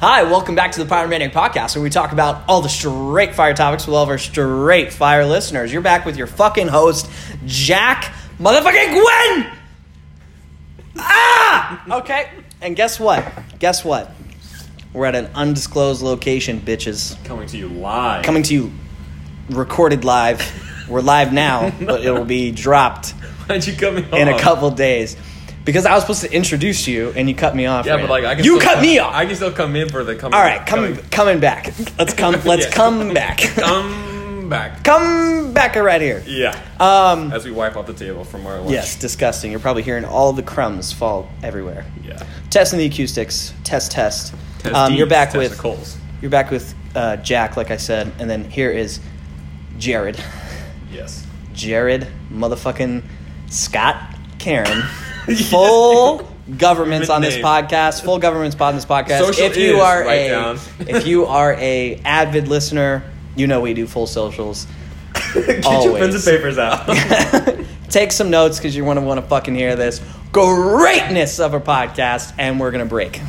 Hi, welcome back to the Pyromaniac Podcast, where we talk about all the straight fire topics with all of our straight fire listeners. You're back with your fucking host, Jack Motherfucking Gwen! Ah! Okay. And guess what? Guess what? We're at an undisclosed location, bitches. Coming to you live. Coming to you recorded live. We're live now, but it'll be dropped Why'd you cut me off? in a couple days. Because I was supposed to introduce you and you cut me off. Yeah, right but like I can. you still cut come- me off. I can still come in for the coming. All right, coming coming back. Let's come. Let's Yeah. come back. Come back. come back right here. Yeah. Um. As we wipe off the table from our lunch. Yes, disgusting. You're probably hearing all the crumbs fall everywhere. Yeah. Testing the acoustics. Test test. Test um, you're deeds, back test with the coals. you're back with uh, Jack, like I said, and then here is Jared, Yes. Jared motherfucking Scott Karen. Full governments on this Name. podcast. Full governments on this podcast. Social if you is, are write a down. if you are a avid listener, you know we do full socials. Get your pens and Always. papers out. Take some notes because you're gonna want to fucking hear this greatness of a podcast, and we're gonna break.